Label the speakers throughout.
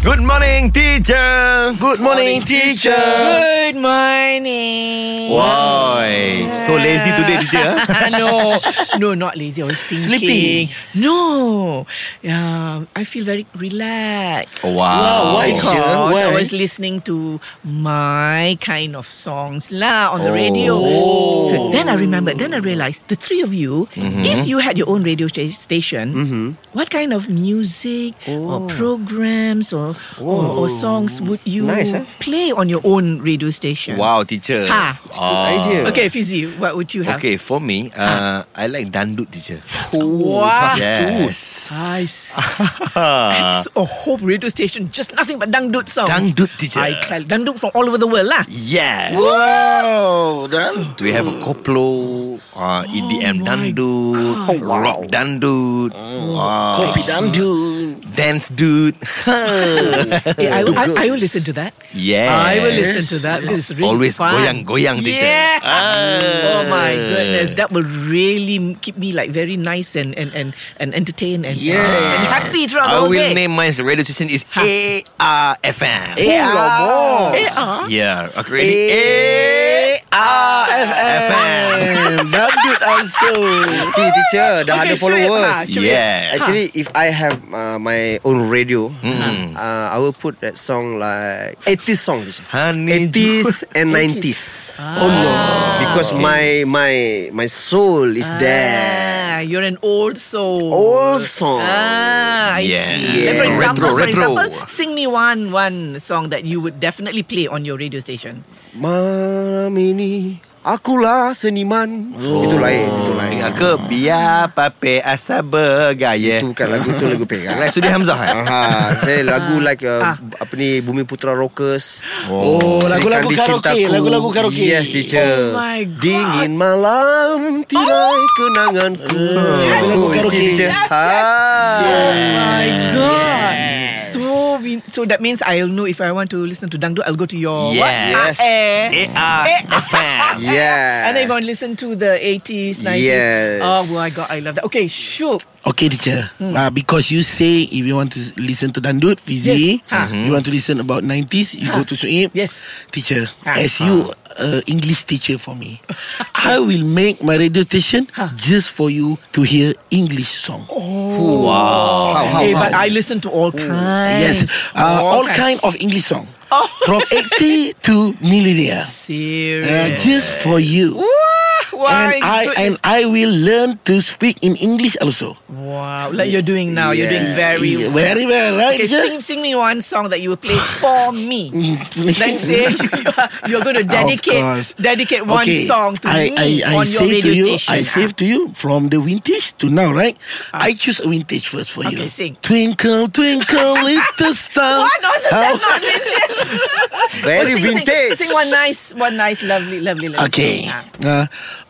Speaker 1: Good morning, teacher.
Speaker 2: Good morning, teacher.
Speaker 3: Good morning.
Speaker 1: Why? So lazy today, teacher. eh? huh?
Speaker 3: no, no, not lazy. I was thinking.
Speaker 2: Sleepy.
Speaker 3: No. Um, I feel very relaxed.
Speaker 1: Wow.
Speaker 2: Wow, why?
Speaker 3: Because I
Speaker 2: Why?
Speaker 3: was listening to my kind of songs lah on the radio.
Speaker 1: Oh. Mm-hmm.
Speaker 3: So then I remembered, then I realized the three of you, if you had your own radio sta- station, what kind of music or programs or, or, or songs would you
Speaker 2: Nice, eh?
Speaker 3: play on your own radio station?
Speaker 1: Wow, teacher.
Speaker 3: Ha. It's
Speaker 1: Ah.
Speaker 2: idea.
Speaker 3: Okay, Fizzy, what would you have?
Speaker 1: Okay, for me, uh, I like dandut, teacher.
Speaker 3: Wow.
Speaker 1: Yes.
Speaker 3: I, s- I s- a whole radio station, just nothing but dangdut songs.
Speaker 1: Uh-huh. Dangdut, teacher.
Speaker 3: I cl- dangdut from all over the world lah.
Speaker 1: Yes.
Speaker 2: Wow, done.
Speaker 1: We have a koplo, uh,
Speaker 3: Oh
Speaker 1: EDM dandut, rock dandut, uh,
Speaker 2: Kopi dandu.
Speaker 1: dance dude.
Speaker 3: Eh, I, will, I, I will listen to that.
Speaker 1: yes.
Speaker 3: I will listen to that. This is really
Speaker 1: Always
Speaker 3: fun.
Speaker 1: goyang-goyang, teacher.
Speaker 3: Yeah.
Speaker 1: Ah.
Speaker 3: Oh my goodness, that will really m- keep me like very nice and and and, and entertained and,
Speaker 2: Yeah.
Speaker 3: and happy
Speaker 1: I
Speaker 3: throughout the whole
Speaker 1: will
Speaker 3: day.
Speaker 1: name my radio station is ARFM.
Speaker 2: Eh,
Speaker 3: Oh,
Speaker 2: Yeah,
Speaker 3: Eh, ah.
Speaker 1: Yeah, okay, ready?
Speaker 2: eh,
Speaker 1: ARFM.
Speaker 2: Dandut also. See, teacher, dah
Speaker 3: Okay,
Speaker 2: ada
Speaker 3: show it,
Speaker 2: followers.
Speaker 3: ah, show it.
Speaker 1: Yeah.
Speaker 2: Actually, if I have uh, my own radio, uh, I will put that song like 80s song. teacher.
Speaker 1: Honey,
Speaker 2: 80s and 90s.
Speaker 3: Ah.
Speaker 2: Oh no, because my my my soul is there.
Speaker 3: Ah, you're an old soul.
Speaker 2: Old song.
Speaker 3: Ah,
Speaker 1: Yeah.
Speaker 3: I see. Like, for
Speaker 2: Yeah.
Speaker 3: example,
Speaker 1: Retro,
Speaker 3: for
Speaker 1: retro.
Speaker 3: example, sing me one one song that you would definitely play on your radio station.
Speaker 2: Malam ini akulah seniman. Itu lain, itu lain.
Speaker 1: Ingat ke Biar pape asal bergaya
Speaker 2: Itu bukan lagu tu lagu pegang.
Speaker 1: Lain Sudi Hamzah eh?
Speaker 2: Aha, Ha, saya lagu like uh,
Speaker 3: Ah.
Speaker 2: apa ni Bumi Putra Rockers.
Speaker 1: Oh.
Speaker 2: Serikan
Speaker 4: lagu-lagu
Speaker 2: di
Speaker 4: karaoke,
Speaker 2: Cintaku.
Speaker 4: lagu-lagu karaoke.
Speaker 2: Yes, teacher.
Speaker 3: Oh my God. Oh.
Speaker 2: Dingin malam tirai kenanganku.
Speaker 4: Lagu-lagu
Speaker 2: Oh,
Speaker 4: karaoke.
Speaker 2: isi, teacher.
Speaker 3: Yes,
Speaker 2: Ha.
Speaker 3: Oh my god. So we, so that means I'll know if I want to listen to Dangdut, I'll go to your what?
Speaker 1: Yes.
Speaker 3: Eh.
Speaker 1: ARFM
Speaker 2: Yeah.
Speaker 4: Uh,
Speaker 3: And then if I want to listen to the 80s, 90s.
Speaker 2: Yes.
Speaker 3: Oh my god, I love that. Okay, sure.
Speaker 4: Okay, teacher.
Speaker 3: Hmm.
Speaker 4: Uh, because you say if you want to s- listen to Dandut, Fizi,
Speaker 3: Yes. Ha.
Speaker 4: you want to listen about 90s, you go to Suib.
Speaker 3: Yes.
Speaker 4: Teacher,
Speaker 3: Ha.
Speaker 4: as you uh, English teacher for me, I will make my radio station
Speaker 3: Ha.
Speaker 4: just for you to hear English song.
Speaker 2: How, how,
Speaker 3: Hey,
Speaker 2: how?
Speaker 3: Oh. Eh, but I oh, listen to all kinds.
Speaker 4: Yes, uh, all
Speaker 3: kinds.
Speaker 4: kind of English song.
Speaker 3: Oh.
Speaker 4: From 80 to millennia. Uh,
Speaker 3: Serious.
Speaker 4: just for you.
Speaker 3: Wah, why?
Speaker 4: and I and I will learn to speak in English also.
Speaker 3: wow, like you're doing now. You're doing very
Speaker 4: Eh, Yeah,
Speaker 3: well.
Speaker 4: very well, right?
Speaker 3: Okay, sing,
Speaker 4: teacher?
Speaker 3: sing me one song that you will play for me. Let's say you are, you're going to
Speaker 4: Of
Speaker 3: dedicate
Speaker 4: course.
Speaker 3: dedicate one
Speaker 4: Okay,
Speaker 3: song to me
Speaker 4: I, I, I
Speaker 3: on your
Speaker 4: say
Speaker 3: radio
Speaker 4: to you,
Speaker 3: station. Ah.
Speaker 4: I save to you from the vintage to now, right? I choose a vintage first for you.
Speaker 3: Okay, sing.
Speaker 4: Twinkle, twinkle, little star.
Speaker 3: What nonsense?
Speaker 4: How-
Speaker 3: That's not vintage.
Speaker 2: Very
Speaker 3: sing,
Speaker 2: vintage.
Speaker 3: Sing, sing one nice, one nice, lovely, lovely, lovely.
Speaker 4: Okay.
Speaker 3: song.
Speaker 4: Uh,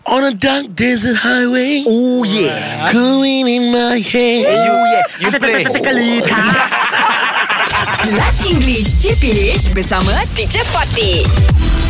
Speaker 4: on a dark desert highway,
Speaker 2: Oh yeah.
Speaker 4: cooling in my head.
Speaker 1: You You play
Speaker 5: Kelas English CPH bersama Teacher Fatih.